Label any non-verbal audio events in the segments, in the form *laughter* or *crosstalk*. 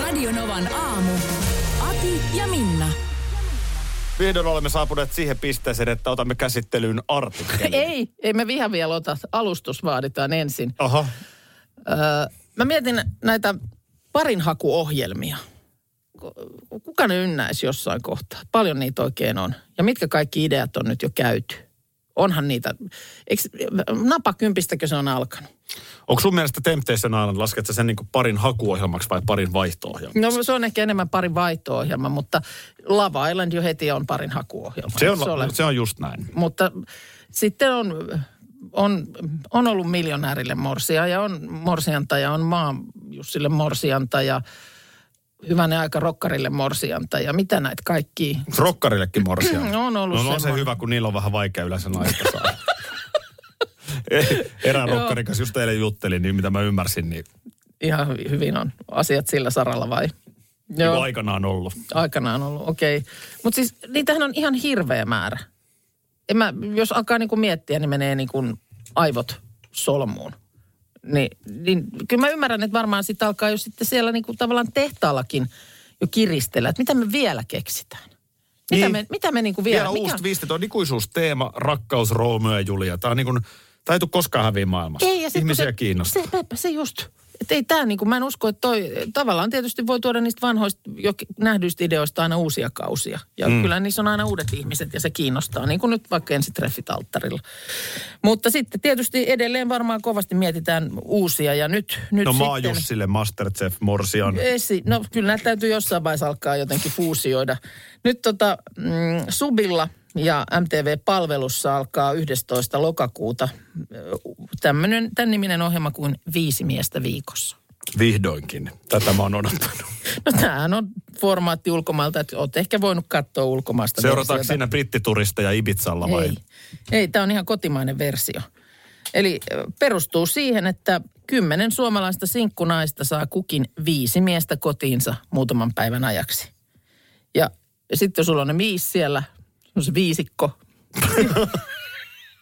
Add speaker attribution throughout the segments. Speaker 1: Radionovan aamu. Ati ja Minna.
Speaker 2: Vihdoin olemme saapuneet siihen pisteeseen, että otamme käsittelyyn artikkelin.
Speaker 3: Ei, ei me viha vielä ota. Alustus vaaditaan ensin.
Speaker 2: Aha.
Speaker 3: Öö, mä mietin näitä parinhakuohjelmia. Ku- Kuka ne ynnäisi jossain kohtaa? Paljon niitä oikein on. Ja mitkä kaikki ideat on nyt jo käyty? Onhan niitä. Eiks, napakympistäkö se on alkanut?
Speaker 2: Onko sun mielestä Temptation Island, lasketko sä sen niin parin hakuohjelmaksi vai parin vaihto-ohjelmaksi?
Speaker 3: No se on ehkä enemmän parin vaihto-ohjelma, mutta Lava Island jo heti on parin hakuohjelma.
Speaker 2: Se on,
Speaker 3: No, Eikö ole?
Speaker 2: se on just näin.
Speaker 3: Mutta sitten on, on, on ollut miljonäärille morsia ja on morsianta ja on maan Jussille morsianta ja hyvänä aika rokkarille morsianta ja mitä näitä kaikki.
Speaker 2: Rokkarillekin morsia.
Speaker 3: No *clears throat* on ollut
Speaker 2: no, on se
Speaker 3: semmoinen.
Speaker 2: hyvä, kun niillä on vähän vaikea yleensä naista
Speaker 3: *laughs*
Speaker 2: saada. Erään rokkarin kanssa just eilen juttelin, niin mitä mä ymmärsin, niin
Speaker 3: Ihan hy- hyvin on asiat sillä saralla vai?
Speaker 2: Joo. niinku aikanaan ollut.
Speaker 3: aikanaan ollut, okei. Okay. Mutta siis niitähän on ihan hirveä määrä. En mä, jos alkaa niinku miettiä, niin menee niinku aivot solmuun. Ni, niin kyllä mä ymmärrän, että varmaan sitten alkaa jo sitten siellä niinku tavallaan tehtaallakin jo kiristellä, että mitä me vielä keksitään. Mitä
Speaker 2: Niin.
Speaker 3: me, mitä me niinku vielä,
Speaker 2: Vielä
Speaker 3: mikä-
Speaker 2: uusi twisti, tuo on ikuisuusteema, rakkaus, Romeo ja Julia. Tämä on niin kuin, tämä ei tule koskaan häviä maailmassa.
Speaker 3: Ei, ja sit, kun
Speaker 2: Ihmisiä
Speaker 3: se,
Speaker 2: kiinnostaa.
Speaker 3: Se, sepä se just. Et ei tää niinku, mä en usko, että toi, tavallaan tietysti voi tuoda niistä vanhoista jo nähdyistä ideoista aina uusia kausia. Ja mm. kyllä niissä on aina uudet ihmiset ja se kiinnostaa, niin kuin nyt vaikka ensitreffit alttarilla. Mutta sitten tietysti edelleen varmaan kovasti mietitään uusia ja nyt, nyt
Speaker 2: no maa
Speaker 3: sitten...
Speaker 2: Jussille, Masterchef, Morsian.
Speaker 3: Esi, no kyllä näitä täytyy jossain vaiheessa alkaa jotenkin fuusioida. Nyt tota, mm, Subilla ja MTV-palvelussa alkaa 11. lokakuuta tämmöinen, tämän niminen ohjelma kuin Viisi miestä viikossa.
Speaker 2: Vihdoinkin. Tätä mä oon *laughs* odottanut.
Speaker 3: No tämähän on formaatti ulkomailta, että oot ehkä voinut katsoa ulkomaista.
Speaker 2: Seurataanko
Speaker 3: versiota.
Speaker 2: siinä brittituristeja Ibizalla vai?
Speaker 3: Ei, ei tämä on ihan kotimainen versio. Eli ö, perustuu siihen, että kymmenen suomalaista sinkkunaista saa kukin viisi miestä kotiinsa muutaman päivän ajaksi. Ja sitten sulla on ne viisi siellä, se on se viisikko.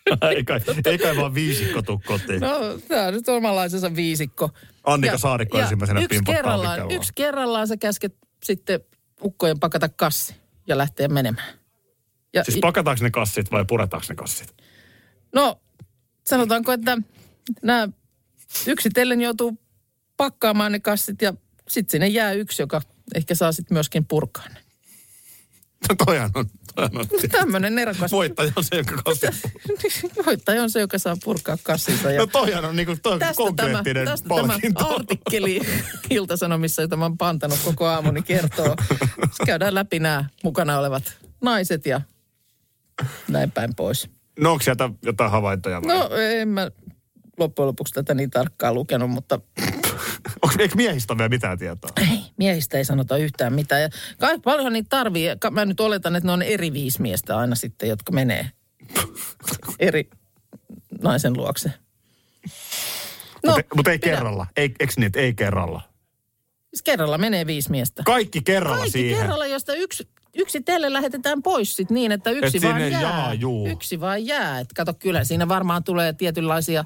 Speaker 2: *laughs* ei, kai, ei kai vaan viisikko tuu kotiin. No.
Speaker 3: No, tämä on nyt omanlaisensa viisikko.
Speaker 2: Annika
Speaker 3: Ja-
Speaker 2: Saarikko
Speaker 3: ja
Speaker 2: ensimmäisenä
Speaker 3: yksi
Speaker 2: pimputtaa
Speaker 3: kerrallaan,
Speaker 2: Annikalla.
Speaker 3: yksi kerrallaan sä käsket sitten ukkojen pakata kassi ja lähteä menemään. Ja,
Speaker 2: Siis pakataanko ne kassit vai puretaanko ne kassit?
Speaker 3: No, sanotaanko, että nämä yksitellen joutuu pakkaamaan ne kassit ja sitten sinne jää yksi, joka ehkä saa sitten myöskin
Speaker 2: *laughs*
Speaker 3: purkaa ne.
Speaker 2: No toihan on, toihan on.
Speaker 3: Tämmöinen nerokas.
Speaker 2: *laughs* Voittaja on se, joka kassit.
Speaker 3: Voittaja on se, joka saa purkaa kassinsa. Ja
Speaker 2: No toihan on niinku, toi on
Speaker 3: tästä tämä,
Speaker 2: konkreettinen
Speaker 3: tästä tämä
Speaker 2: palkinto.
Speaker 3: artikkeli Iltasanomissa, jota mä oon pantanut koko aamuni, kertoo. Sitten käydään läpi nämä mukana olevat naiset ja näin päin pois.
Speaker 2: No onko sieltä jotain havaintoja vai?
Speaker 3: No, en mä loppujen lopuksi tätä niin tarkkaan lukenut, mutta
Speaker 2: Onko, eikö miehistä ole vielä mitään tietoa?
Speaker 3: Ei, miehistä ei sanota yhtään mitään. Ja kai, paljonhan niitä tarvii. Ka- Mä nyt oletan, että ne on eri viisi miestä aina sitten, jotka menee eri naisen luokse.
Speaker 2: No, mutta, mutta ei
Speaker 3: minä-
Speaker 2: kerralla. Ei, eikö niin, että ei kerralla?
Speaker 3: Siis kerralla menee viisi miestä.
Speaker 2: Kaikki kerralla
Speaker 3: Kaikki
Speaker 2: siihen.
Speaker 3: kerralla, josta yksi, yksi teille lähetetään pois sit niin, että yksi
Speaker 2: Et sinne
Speaker 3: vaan jää.
Speaker 2: jaa, juu.
Speaker 3: yksi vaan jää. Et kato, kyllä siinä varmaan tulee tietynlaisia,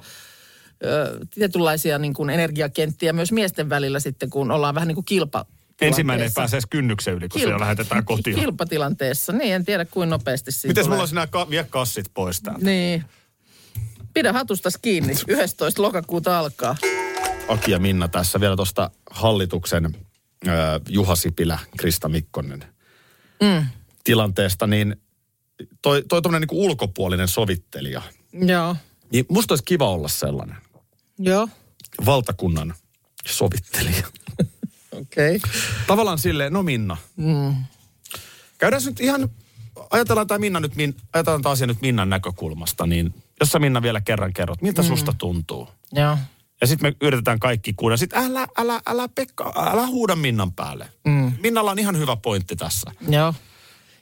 Speaker 3: ö, tietynlaisia niin kuin energiakenttiä myös miesten välillä sitten, kun ollaan vähän niin kuin kilpa.
Speaker 2: Ensimmäinen ei pääse edes kynnyksen yli, kun siellä lähetetään kotiin.
Speaker 3: Kilpatilanteessa, niin en tiedä kuin nopeasti siinä
Speaker 2: Mites
Speaker 3: tulee.
Speaker 2: mulla olisi nämä ka- vie kassit pois täältä?
Speaker 3: Niin. Pidä hatustas kiinni, 11. lokakuuta alkaa.
Speaker 2: Aki ja Minna tässä vielä tuosta hallituksen äh, Juha Sipilä, Krista Mikkonen
Speaker 3: Mm.
Speaker 2: tilanteesta, niin toi, toi tommonen niinku ulkopuolinen sovittelija,
Speaker 3: Joo.
Speaker 2: niin musta olisi kiva olla sellainen
Speaker 3: Joo.
Speaker 2: valtakunnan sovittelija.
Speaker 3: Okei. Okay.
Speaker 2: Tavallaan silleen, no Minna,
Speaker 3: Mm.
Speaker 2: käydään nyt ihan, ajatellaan tämä Minna nyt, niin Min- ajatellaan tämä asia nyt Minnan näkökulmasta, niin jos sä Minna vielä kerran kerrot, miltä mm. susta tuntuu?
Speaker 3: Joo.
Speaker 2: Ja sitten me yritetään kaikki kuunnella. Sitten älä, älä, älä Pekka, älä huuda Minnan päälle. Mm. Minnalla on ihan hyvä pointti tässä.
Speaker 3: Joo.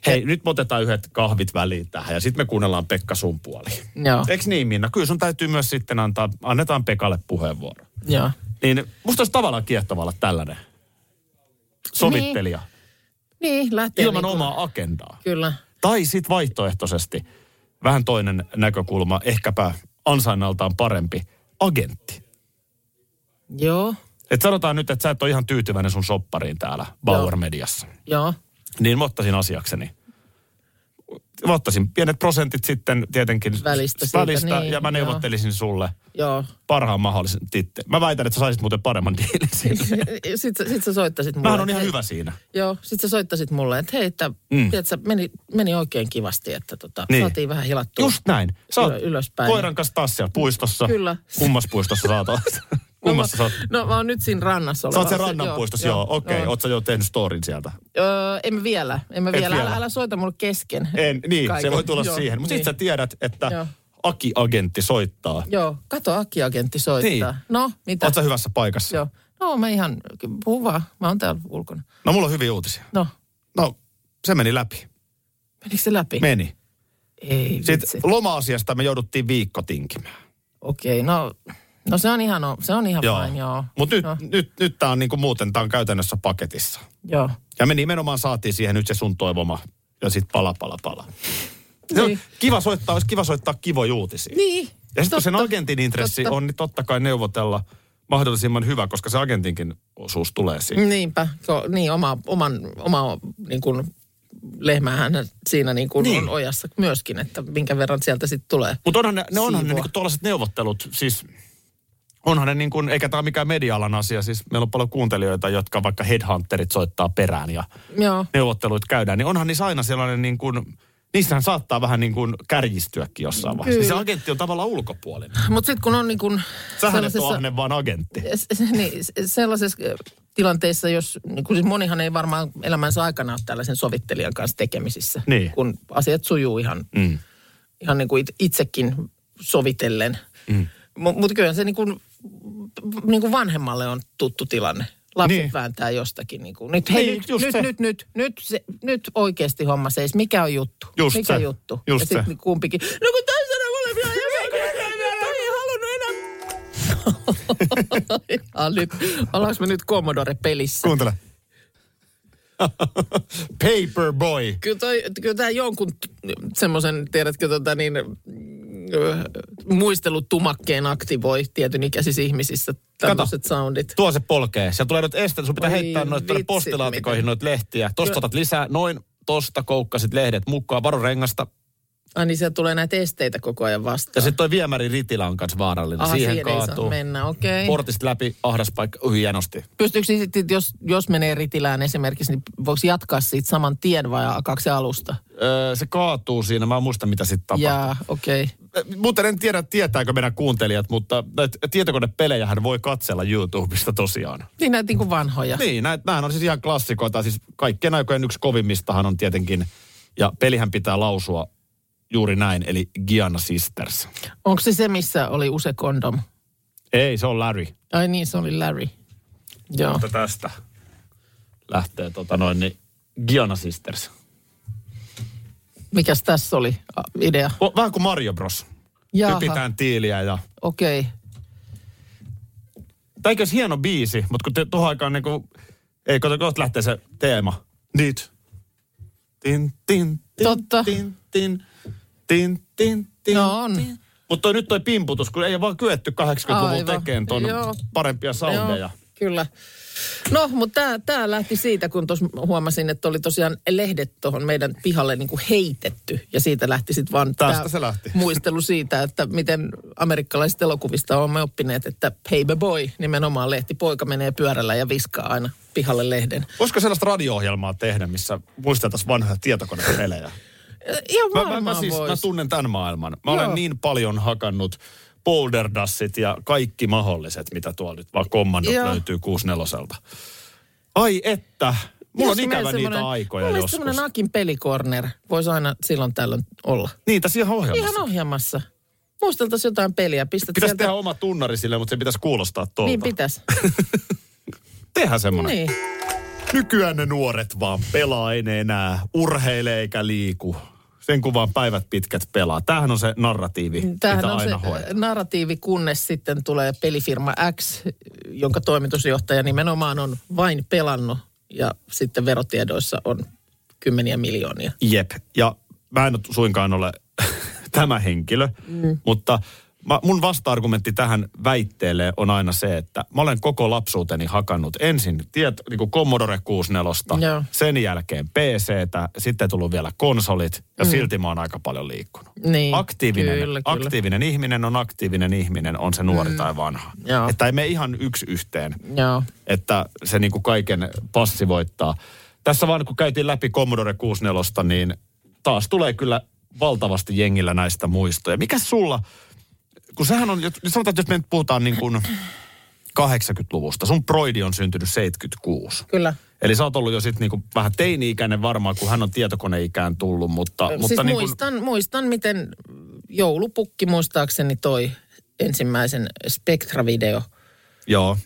Speaker 2: Hei, nyt me otetaan yhdet kahvit väliin tähän ja sitten me kuunnellaan Pekka sun puoli.
Speaker 3: Joo.
Speaker 2: Eiks niin Minna? Kyllä sun täytyy myös sitten antaa, annetaan Pekalle puheenvuoro.
Speaker 3: Joo.
Speaker 2: Niin musta olisi tavallaan kiehtovaa olla tällainen sovittelija niin.
Speaker 3: Niin, lähtee.
Speaker 2: ilman
Speaker 3: niinku-
Speaker 2: omaa agendaa.
Speaker 3: Kyllä.
Speaker 2: Tai sitten vaihtoehtoisesti vähän toinen näkökulma, ehkäpä ansainnaltaan parempi agentti.
Speaker 3: Joo.
Speaker 2: Et sanotaan nyt, että sä et ole ihan tyytyväinen sun soppariin täällä Bauer Mediassa.
Speaker 3: Joo.
Speaker 2: Niin mä ottaisin asiakseni. Mä ottaisin pienet prosentit sitten tietenkin
Speaker 3: Välistä siitä,
Speaker 2: välistä
Speaker 3: niin,
Speaker 2: ja mä
Speaker 3: joo.
Speaker 2: neuvottelisin sulle
Speaker 3: Joo.
Speaker 2: parhaan mahdollisen titte. Mä väitän, että sä saisit muuten paremman diilin sille.
Speaker 3: Sitten sit sä soittasit mulle.
Speaker 2: Mähän on
Speaker 3: että
Speaker 2: ihan
Speaker 3: hei-
Speaker 2: hyvä siinä.
Speaker 3: Joo, sit sä soittasit mulle, että hei, että mm. tiedätkö, meni, meni oikein kivasti, että tota,
Speaker 2: Niin.
Speaker 3: niin. saatiin vähän hilattua.
Speaker 2: Just näin. Sä oot
Speaker 3: Ylö- ylöspäin.
Speaker 2: koiran kanssa taas siellä puistossa.
Speaker 3: Kyllä.
Speaker 2: Kummas puistossa
Speaker 3: *laughs*
Speaker 2: sä oot? Kummassa sä oot?
Speaker 3: No mä oon nyt siinä rannassa
Speaker 2: Sä oot
Speaker 3: olevassa.
Speaker 2: siellä rannanpuistossa, joo. Okei, oot sä jo tehnyt storin sieltä.
Speaker 3: Öö, en mä vielä, en mä
Speaker 2: Et
Speaker 3: vielä.
Speaker 2: vielä.
Speaker 3: Älä, älä soita mulle kesken.
Speaker 2: En, niin,
Speaker 3: kaiken.
Speaker 2: se voi tulla
Speaker 3: Joo,
Speaker 2: siihen. Mutta
Speaker 3: niin.
Speaker 2: sit sä tiedät, että
Speaker 3: Joo.
Speaker 2: Aki-agentti soittaa.
Speaker 3: Joo, kato, Aki-agentti soittaa.
Speaker 2: Niin.
Speaker 3: No, mitä?
Speaker 2: Oot sä hyvässä paikassa?
Speaker 3: Joo. No mä ihan, puhu vaan, mä oon täällä ulkona.
Speaker 2: No mulla on hyviä uutisia.
Speaker 3: No,
Speaker 2: No, se meni läpi.
Speaker 3: menikö se läpi?
Speaker 2: Meni.
Speaker 3: Ei vitsi.
Speaker 2: Sitten loma-asiasta me jouduttiin viikko tinkimään.
Speaker 3: Okei, no, no se on ihan, o- se on ihan joo. fine, joo.
Speaker 2: Mutta nyt,
Speaker 3: No,
Speaker 2: nyt, nyt tämä on niinku muuten, tämä on käytännössä paketissa.
Speaker 3: joo.
Speaker 2: Ja me nimenomaan saatiin siihen nyt se sun toivoma ja sitten pala, pala, pala. Se on
Speaker 3: Niin.
Speaker 2: kiva soittaa, olisi kiva soittaa kivoja uutisia.
Speaker 3: Niin.
Speaker 2: Ja sitten kun sen
Speaker 3: totta,
Speaker 2: agentin intressi
Speaker 3: totta.
Speaker 2: on, niin totta kai neuvotella mahdollisimman hyvä, koska se agentinkin osuus tulee siihen.
Speaker 3: Niinpä, ko, niin oma, oman, oma niin kuin, lehmähän siinä niin kuin
Speaker 2: Niin.
Speaker 3: niin. on ojassa myöskin, että minkä verran sieltä sitten tulee.
Speaker 2: Mutta onhan ne, ne, onhan ne
Speaker 3: Siivoa.
Speaker 2: niinku tuollaiset neuvottelut, siis onhan ne niin kuin, eikä tämä ole mikään media-alan asia, siis meillä on paljon kuuntelijoita, jotka vaikka headhunterit soittaa perään ja
Speaker 3: Joo,
Speaker 2: neuvottelut käydään, niin onhan niissä aina sellainen niin kuin, niissähän saattaa vähän niin kuin kärjistyäkin jossain vaiheessa. Niin se agentti on tavallaan ulkopuolinen.
Speaker 3: mutta sitten kun on niin kuin
Speaker 2: Sähän et ole ahne vaan agentti.
Speaker 3: se- se- niin, se- sellaisessa ö, tilanteessa, jos, niin kun siis monihan ei varmaan elämänsä aikana ole tällaisen sovittelijan kanssa tekemisissä,
Speaker 2: Niin.
Speaker 3: kun asiat sujuu ihan,
Speaker 2: Mm.
Speaker 3: ihan niin kuin it- itsekin sovitellen. Mm. Mutta kyllä se niin kuin, niin kuin vanhemmalle on tuttu tilanne. Lapset
Speaker 2: Niin.
Speaker 3: niin. vääntää jostakin. Niin kuin, nyt, hei,
Speaker 2: Niin,
Speaker 3: nyt,
Speaker 2: just
Speaker 3: nyt,
Speaker 2: se.
Speaker 3: nyt, nyt, nyt, se, nyt oikeasti homma seis. Mikä on juttu?
Speaker 2: Just
Speaker 3: Mikä
Speaker 2: se.
Speaker 3: juttu?
Speaker 2: Just
Speaker 3: ja
Speaker 2: se.
Speaker 3: sitten kumpikin. No kun tässä on mulle vielä. Ja kun toi ei halunnut enää. *laughs* Ah, nyt. Ollaanko me nyt Commodore-pelissä?
Speaker 2: Kuuntele. Paperboy.
Speaker 3: Kyllä, toi, kyllä tämä jonkun semmoisen, tiedätkö, tota niin, ö, muistelutumakkeen aktivoi tietyn ikäisissä ihmisissä tämmöiset soundit.
Speaker 2: Tuo se polkee. Sieltä tulee nyt este, sun pitää
Speaker 3: Oi No-
Speaker 2: heittää noita tuonne
Speaker 3: vitsit,
Speaker 2: postilaatikoihin
Speaker 3: miten.
Speaker 2: noita lehtiä. Tosta otat lisää, noin, tosta koukkasit lehdet mukaan, varo rengasta.
Speaker 3: Ai niin, siellä tulee näitä esteitä koko ajan
Speaker 2: Ja
Speaker 3: vastaan.
Speaker 2: sitten toi viemäri ritila on kanssa vaarallinen.
Speaker 3: Aha,
Speaker 2: siihen,
Speaker 3: siihen ei saa
Speaker 2: kaatuu.
Speaker 3: mennä, Niin. okei.
Speaker 2: Portista läpi, ahdas paikka, Ui, hienosti.
Speaker 3: Pystyykö siis sitten, jos, jos menee ritilään esimerkiksi, niin voiko jatkaa siitä saman tien vai alkaako se alusta?
Speaker 2: Öö, se kaatuu siinä, mä en muista mitä sitten tapahtuu.
Speaker 3: Jaa, okei. Okay.
Speaker 2: Muuten en tiedä, tietääkö meidän kuuntelijat, mutta näitä tietokonepelejähän voi katsella YouTubesta tosiaan.
Speaker 3: Niin näitä niin kuin vanhoja.
Speaker 2: *laughs* Niin, näitä, nämähän on siis ihan klassikoita. Siis kaikkien aikojen yksi kovimmistahan on tietenkin, ja pelihän pitää lausua juuri näin, eli Giana Sisters.
Speaker 3: Onko se se, missä oli use kondom?
Speaker 2: Ei, se on Larry.
Speaker 3: Ai niin, se oli Larry. Joo.
Speaker 2: Mutta tästä lähtee tota noin, niin Giana Sisters.
Speaker 3: Mikäs tässä oli a, idea?
Speaker 2: O, vähän kuin Mario Bros.
Speaker 3: Jaha,
Speaker 2: Hypitään tiiliä ja...
Speaker 3: okei. Okay.
Speaker 2: Tai olisi hieno biisi, mutta kun te, tuohon aikaan niin kuin, ei, kun kohta lähtee se teema. Nyt. Tin, tin, tin,
Speaker 3: Totta.
Speaker 2: Tin, tin, tin, tin, tin,
Speaker 3: No on.
Speaker 2: Mutta toi, nyt toi pimputus, kun ei ole vaan kyetty 80-luvulla
Speaker 3: Aivan.
Speaker 2: tekemään ton
Speaker 3: Joo.
Speaker 2: parempia soundeja.
Speaker 3: Joo, kyllä. No, mutta tämä lähti siitä, kun tuossa huomasin, että oli tosiaan lehdet tuohon meidän pihalle niin kuin heitetty. Ja siitä lähti sitten vaan
Speaker 2: Tästä
Speaker 3: tää
Speaker 2: se lähti. *laughs*
Speaker 3: muistelu siitä, että miten amerikkalaisista elokuvista olemme oppineet, että paperboy nimenomaan lehti. Poika menee pyörällä ja viskaa aina pihalle lehden.
Speaker 2: Voisiko sellaista radio-ohjelmaa tehdä, missä muistettaisiin vanhoja tietokonepelejä?
Speaker 3: Eh, Ihan
Speaker 2: Mä, mä,
Speaker 3: varmaan
Speaker 2: mä, siis,
Speaker 3: vois.
Speaker 2: mä tunnen tämän maailman. Mä Joo. olen
Speaker 3: Joo.
Speaker 2: niin paljon hakannut boulderdassit ja kaikki mahdolliset, mitä tuolla nyt vaan kommandot
Speaker 3: Joo.
Speaker 2: löytyy 64 Ai että, mulla on
Speaker 3: Jos meillä
Speaker 2: ikävä niitä
Speaker 3: semmonen-
Speaker 2: aikoja
Speaker 3: mulla olisi
Speaker 2: joskus.
Speaker 3: semmoinen Akin pelikorner voisi aina silloin tällöin olla.
Speaker 2: Niitä siellä Niin, ohjelmassa.
Speaker 3: Ihan ohjelmassa. Muisteltaisiin jotain peliä. Pistät
Speaker 2: Pitäisi
Speaker 3: sieltä...
Speaker 2: tehdä oma tunnari sille, mutta se pitäisi kuulostaa tuolta.
Speaker 3: Niin pitäisi.
Speaker 2: Tehdään semmoinen.
Speaker 3: niin.
Speaker 2: Nykyään ne nuoret vaan pelaa, ei ne enää urheile eikä liiku. Sen kun vaan päivät pitkät pelaa. Tämähän on se narratiivi,
Speaker 3: Tämähän
Speaker 2: mitä
Speaker 3: on se
Speaker 2: aina hoitaa.
Speaker 3: narratiivi, kunnes sitten tulee pelifirma X, jonka toimitusjohtaja nimenomaan on vain pelannut ja sitten verotiedoissa on kymmeniä miljoonia.
Speaker 2: Jep. Ja mä en nyt suinkaan ole *laughs* tämä henkilö, mm. mutta mä, mun vasta-argumentti tähän väitteelle on aina se, että mä olen koko lapsuuteni hakannut ensin tiet, niin kuin Commodore 64,
Speaker 3: Joo.
Speaker 2: sen jälkeen PCtä, sitten tullut vielä konsolit ja mm. silti mä oon aika paljon liikkunut.
Speaker 3: Niin,
Speaker 2: aktiivinen,
Speaker 3: kyllä, kyllä.
Speaker 2: aktiivinen ihminen on aktiivinen ihminen, on se nuori mm. tai vanha.
Speaker 3: Joo.
Speaker 2: Että ei me ihan yksi yhteen
Speaker 3: Joo.
Speaker 2: että se niin kuin kaiken passivoittaa. Tässä vaan kun käytiin läpi Commodore 64, niin taas tulee kyllä valtavasti jengillä näistä muistoja. Mikä sulla, kun sehän on, jos- sanotaan, että jos me nyt puhutaan niin kuin 80-luvusta, sun Broidi on syntynyt 76.
Speaker 3: Kyllä.
Speaker 2: Eli sä oot ollut jo sitten niinku vähän teini-ikäinen varmaan, kun hän on tietokoneikään tullut, mutta...
Speaker 3: Mutta siis
Speaker 2: mutta
Speaker 3: niin
Speaker 2: niinku-
Speaker 3: muistan, muistan, miten joulupukki muistaakseni toi ensimmäisen Spectra-video
Speaker 2: Joo,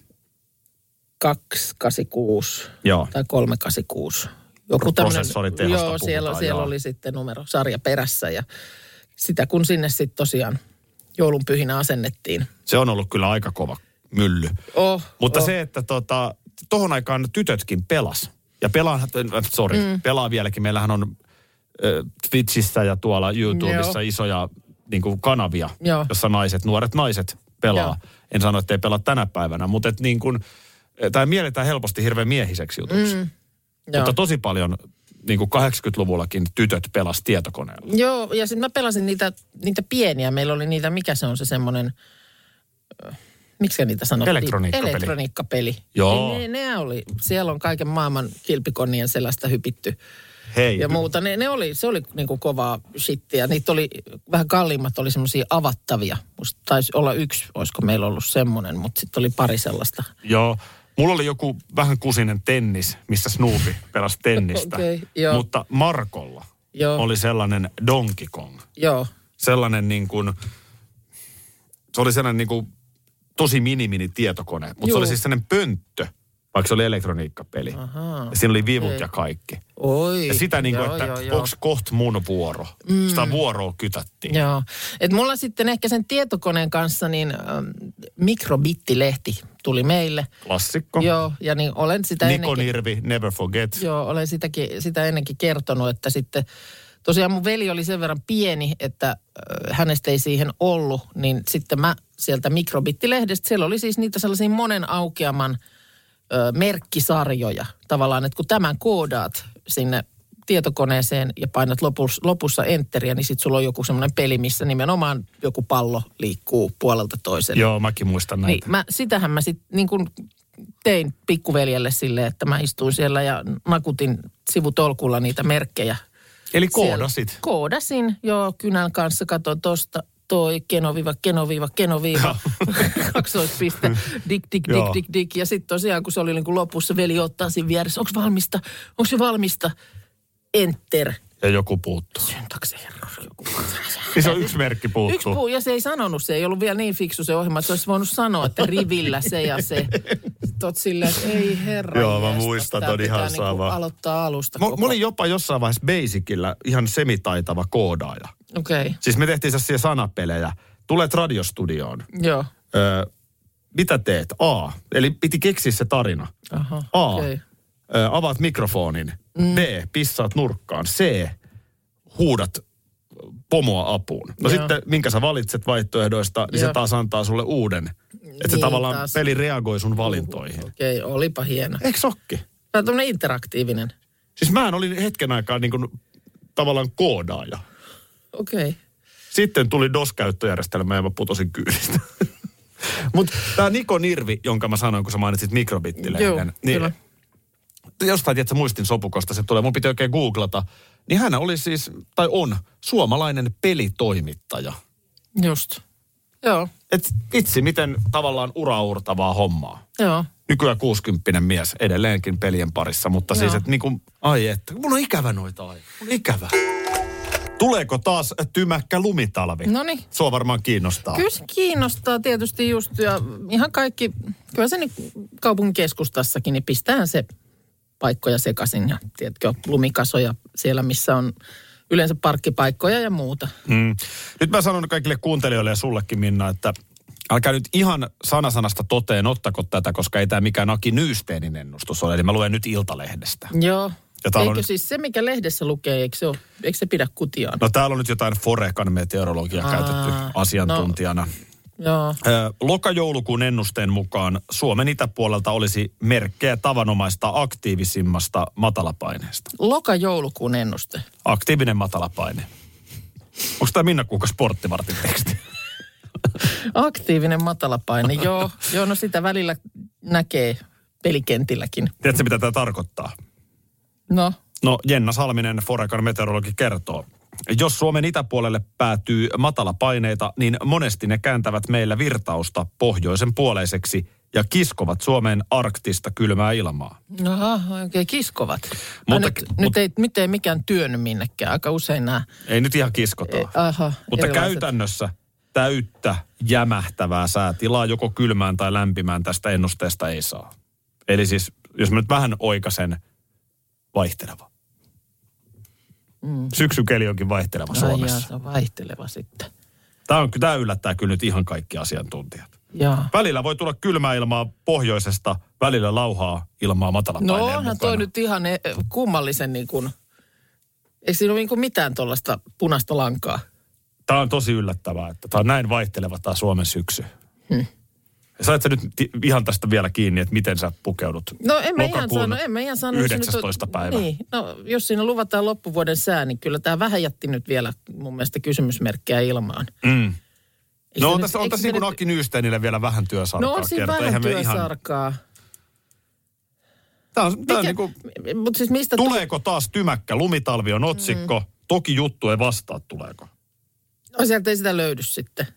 Speaker 3: 286
Speaker 2: joo.
Speaker 3: tai 386. Joku tämmönen,
Speaker 2: Prosessoritehosta
Speaker 3: joo, siellä,
Speaker 2: puhutaan,
Speaker 3: siellä
Speaker 2: joo.
Speaker 3: oli sitten numero sarja perässä ja sitä kun sinne sitten tosiaan joulunpyhinä asennettiin.
Speaker 2: Se on ollut kyllä aika kova mylly.
Speaker 3: Oh,
Speaker 2: Mutta
Speaker 3: oh.
Speaker 2: se, että tota, tohon aikaan tytötkin pelas. Ja pelaa, äh, sorry, mm. pelaa vieläkin. Meillähän on äh, Twitchissä ja tuolla YouTubessa
Speaker 3: Joo.
Speaker 2: isoja niin kuin kanavia,
Speaker 3: Joo.
Speaker 2: jossa naiset, nuoret naiset pelaa.
Speaker 3: Joo.
Speaker 2: En sano, että ei pelaa tänä päivänä, mutta et niin kuin, tämä mielletään helposti hirveän miehiseksi jutuksi. Mm.
Speaker 3: joo.
Speaker 2: Mutta tosi paljon, niin kuin 80-luvullakin tytöt pelas tietokoneella.
Speaker 3: Joo, ja sitten mä pelasin niitä, niitä pieniä. Meillä oli niitä, mikä se on se semmoinen, miksi niitä sanottiin?
Speaker 2: Elektroniikkapeli.
Speaker 3: Elektroniikkapeli.
Speaker 2: Joo.
Speaker 3: Niin Ne, ne oli, siellä on kaiken maailman kilpikonnien sellaista hypitty
Speaker 2: Hei,
Speaker 3: ja muuta. Ne, ne oli, se oli niinku kovaa shittiä. Niitä oli, vähän kalliimmat oli semmoisia avattavia. Musta taisi olla yksi, olisiko meillä ollut semmoinen, mutta sitten oli pari sellaista.
Speaker 2: Joo. Mulla oli joku vähän kusinen tennis, missä Snoopy pelasi tennistä.
Speaker 3: *laughs* Okei, joo.
Speaker 2: Mutta Markolla
Speaker 3: Joo.
Speaker 2: oli sellainen Donkey Kong.
Speaker 3: Joo,
Speaker 2: Sellainen niin kuin, se oli sellainen niin kuin tosi mini-mini tietokone. Mutta se
Speaker 3: Juu.
Speaker 2: oli siis sellainen pönttö, vaikka se oli elektroniikkapeli.
Speaker 3: Ahaa.
Speaker 2: Ja siinä oli vivut
Speaker 3: Okei.
Speaker 2: ja kaikki.
Speaker 3: oi.
Speaker 2: Ja sitä niin kuin,
Speaker 3: joo,
Speaker 2: että
Speaker 3: joo, joo.
Speaker 2: onko koht mun vuoro? Mm. Sitä vuoroa kytättiin.
Speaker 3: Joo. Et mulla sitten ehkä sen tietokoneen kanssa niin ähm, mikrobittilehti tuli meille.
Speaker 2: Klassikko.
Speaker 3: Joo, ja niin olen sitä
Speaker 2: Nikon
Speaker 3: ennenkin,
Speaker 2: Irvi, Never Forget.
Speaker 3: joo, olen sitäkin, sitä ennenkin kertonut, että sitten tosiaan mun veli oli sen verran pieni, että äh, hänestä ei siihen ollut, niin sitten mä sieltä mikrobittilehdestä, siellä oli siis niitä sellaisia monen aukeaman ö, merkkisarjoja tavallaan, että kun tämän koodaat sinne tietokoneeseen ja painat lopussa, lopussa enteriä, niin sitten sulla on joku semmoinen peli, missä nimenomaan joku pallo liikkuu puolelta toiselle.
Speaker 2: Joo, mäkin muistan näitä.
Speaker 3: Niin, mä, sitähän mä sitten niin kun tein pikkuveljelle sille, että mä istuin siellä ja nakutin sivutolkulla niitä merkkejä.
Speaker 2: Eli
Speaker 3: siellä.
Speaker 2: koodasit.
Speaker 3: Koodasin, joo, kynän kanssa katsoin tosta toi kenoviiva, kenoviiva, *laughs* kenoviiva, kaksoispiste, dik, dik, dik,
Speaker 2: Joo.
Speaker 3: dik, dik. Ja sitten tosiaan, kun se oli niin kuin lopussa, veli ottaa siinä vieressä, onko valmista, onko se valmista, enter.
Speaker 2: Ja joku puuttuu.
Speaker 3: Syntaksi herra, joku
Speaker 2: Siis on yksi merkki puuttuu.
Speaker 3: Yksi puu, ja se ei sanonut, se ei ollut vielä niin fiksu se ohjelma, että se olisi voinut sanoa, että rivillä se ja se. Sitten oot silleen, että ei herra.
Speaker 2: Joo, mä
Speaker 3: jestas,
Speaker 2: muistan,
Speaker 3: tää
Speaker 2: ton
Speaker 3: pitää
Speaker 2: ihan
Speaker 3: niinku
Speaker 2: sama.
Speaker 3: aloittaa alusta
Speaker 2: Mä,
Speaker 3: koko.
Speaker 2: mä olin jopa jossain vaiheessa Basicillä ihan semitaitava koodaaja.
Speaker 3: Okei, okay.
Speaker 2: Siis me tehtiin sellaisia sanapelejä. Tulet radiostudioon.
Speaker 3: joo.
Speaker 2: Öö, mitä teet? A. Eli piti keksiä se tarina.
Speaker 3: Aha,
Speaker 2: A.
Speaker 3: okei.
Speaker 2: Öö, avaat mikrofonin. Mm. B. Pissaat nurkkaan. C. Huudat pomoa apuun. No
Speaker 3: Joo.
Speaker 2: sitten, minkä sä valitset vaihtoehdoista, niin se
Speaker 3: Joo.
Speaker 2: taas antaa sulle uuden. Että se
Speaker 3: Niin,
Speaker 2: tavallaan
Speaker 3: taas.
Speaker 2: peli reagoi sun valintoihin.
Speaker 3: Okei, okay, olipa hieno.
Speaker 2: Eikö sokki?
Speaker 3: Tämä on tämmöinen interaktiivinen.
Speaker 2: Siis mä olin hetken aikaa niin kuin, tavallaan koodaaja.
Speaker 3: Okei. Okay.
Speaker 2: Sitten tuli DOS-käyttöjärjestelmä ja mä putosin kyydistä. *laughs* Mutta tämä Niko Nirvi, jonka mä sanoin, kun sä mainitsit
Speaker 3: Joo,
Speaker 2: mikrobittilehden.
Speaker 3: niin.
Speaker 2: Niin
Speaker 3: kyllä.
Speaker 2: jostain, tiedätkö, muistin sopukosta se tulee. Mun piti oikein googlata. Niin hän oli siis, tai on, suomalainen pelitoimittaja. Niin.
Speaker 3: Just. Joo,
Speaker 2: Et vitsi, miten tavallaan uraurtavaa hommaa.
Speaker 3: joo.
Speaker 2: Nykyään 60 mies edelleenkin pelien parissa, mutta siis,
Speaker 3: Joo.
Speaker 2: että niinku, ai että, mun on ikävä noita ai. Mun on ikävä. Tuleeko taas tymäkkä lumitalvi?
Speaker 3: Noniin.
Speaker 2: Sua varmaan kiinnostaa.
Speaker 3: Kyllä se kiinnostaa tietysti just ja ihan kaikki, kyllä se niin kaupungin keskustassakin, niin pistäähän se paikkoja sekaisin ja tiedätkö, lumikasoja siellä, missä on yleensä parkkipaikkoja ja muuta.
Speaker 2: Mm. Nyt mä sanon kaikille kuuntelijoille ja sullekin Minna, että älkää nyt ihan sanasanasta toteen ottako tätä, koska ei tämä mikään Aki Nyysteenin ennustus ole. Eli mä luen nyt Iltalehdestä.
Speaker 3: Joo.
Speaker 2: Ja täällä on
Speaker 3: Eikö
Speaker 2: nyt-
Speaker 3: siis se, mikä lehdessä lukee, eikö se, ole, eikö se pidä kutiaan?
Speaker 2: No täällä on nyt jotain Forekan meteorologiaa
Speaker 3: Aa,
Speaker 2: käytetty
Speaker 3: no.
Speaker 2: asiantuntijana.
Speaker 3: Joo.
Speaker 2: Ö, Loka-joulukuun ennusteen mukaan Suomen itäpuolelta olisi merkkejä tavanomaista aktiivisimmasta matalapaineesta.
Speaker 3: Loka-joulukuun ennuste.
Speaker 2: Aktiivinen matalapaine. Onko tämä Minna Kuukka sporttivartin teksti?
Speaker 3: Aktiivinen matalapaine, joo. Joo, no sitä välillä näkee pelikentilläkin.
Speaker 2: Tiedätkö, mitä tämä tarkoittaa?
Speaker 3: No,
Speaker 2: No Jenna Salminen, Forekan meteorologi, kertoo. Jos Suomen itäpuolelle päätyy matalapaineita, niin monesti ne kääntävät meillä virtausta pohjoisen puoleiseksi ja kiskovat Suomeen arktista kylmää ilmaa.
Speaker 3: Aha, oikein kiskovat. Mutta,
Speaker 2: Mutta-
Speaker 3: nyt,
Speaker 2: mut-
Speaker 3: mut, nyt, ei, nyt ei mikään työny minnekään, aika usein nämä.
Speaker 2: Ei nyt ihan kiskota.
Speaker 3: E- aha,
Speaker 2: Mutta
Speaker 3: erilaiset.
Speaker 2: käytännössä täyttä jämähtävää säätilaa joko kylmään tai lämpimään tästä ennusteesta ei saa. Eli siis, jos mä nyt vähän oikasen, vaihteleva. Mm. Syksykeli onkin vaihteleva Suomessa.
Speaker 3: se on vaihteleva sitten.
Speaker 2: Tämä, on, tämä yllättää kyllä nyt ihan kaikki asiantuntijat.
Speaker 3: Jaa.
Speaker 2: Välillä voi tulla kylmää ilmaa pohjoisesta, välillä lauhaa ilmaa matalapaineen
Speaker 3: No onhan
Speaker 2: mukana.
Speaker 3: toi nyt ihan e, kummallisen niin kuin, eikö siinä ole niin kuin mitään tuollaista punaista lankaa?
Speaker 2: Tämä on tosi yllättävää, että tämä on näin vaihteleva tämä Suomen syksy. Hmm. Sait sä nyt ti- ihan tästä vielä kiinni, että miten sä pukeudut
Speaker 3: No en mä ihan
Speaker 2: lokakuun
Speaker 3: sano, en mä ihan sano. jos se nyt on-
Speaker 2: 19. päivä.
Speaker 3: Niin, no jos siinä luvataan loppuvuoden sää, niin kyllä tämä vähän jätti nyt vielä mun mielestä kysymysmerkkejä ilmaan.
Speaker 2: Mm.
Speaker 3: Eikö
Speaker 2: No
Speaker 3: se
Speaker 2: on
Speaker 3: nyt-
Speaker 2: tässä, on
Speaker 3: eikö
Speaker 2: tässä
Speaker 3: se
Speaker 2: niin kuin
Speaker 3: nyt-
Speaker 2: Aki Nyysteinille vielä vähän työsarkaa.
Speaker 3: No on siinä
Speaker 2: kerta.
Speaker 3: vähän
Speaker 2: Eihän me ihan-
Speaker 3: työsarkaa.
Speaker 2: Tää on, tää on niin
Speaker 3: Mikä,
Speaker 2: kuin,
Speaker 3: mut siis mistä
Speaker 2: tuleeko taas tymäkkä? Lumitalvi on otsikko. Mm. Toki juttu ei vastaa tuleeko.
Speaker 3: No sieltä ei sitä löydy sitten.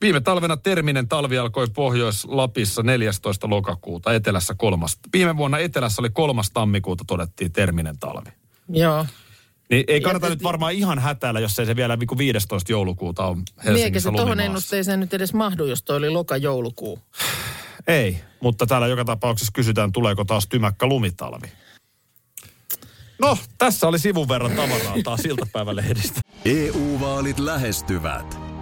Speaker 2: Viime talvena terminen talvi alkoi Pohjois-Lapissa 14. lokakuuta, etelässä kolmas. Viime vuonna etelässä oli kolmas tammikuuta todettiin terminen talvi.
Speaker 3: Joo.
Speaker 2: Niin ei kannata
Speaker 3: Ja-
Speaker 2: nyt varmaan ihan hätäillä, jos ei se vielä niinku 15. joulukuuta on
Speaker 3: Miekä se
Speaker 2: Helsingissä
Speaker 3: tuohon
Speaker 2: lumimaassa.
Speaker 3: ennusteeseen nyt edes mahdu, jos toi oli loka-joulukuu.
Speaker 2: Ei, mutta täällä joka tapauksessa kysytään, tuleeko taas tymäkkä lumitalvi. No, tässä oli sivun verran tavaraa
Speaker 3: *laughs*
Speaker 2: taas iltapäivälehdistä.
Speaker 4: EU-vaalit E lähestyvät.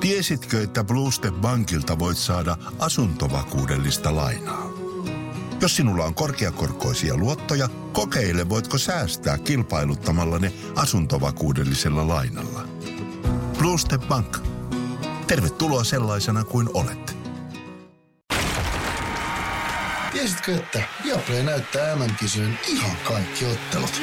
Speaker 5: tiesitkö, että Blue Step Bankilta voit saada asuntovakuudellista lainaa? Jos sinulla on korkeakorkoisia luottoja, kokeile voitko säästää kilpailuttamalla ne asuntovakuudellisella lainalla. Blue Step Bank. Tervetuloa sellaisena kuin olet.
Speaker 6: Tiesitkö, että Viaplay näyttää MM-kisojen ihan kaikki ottelut?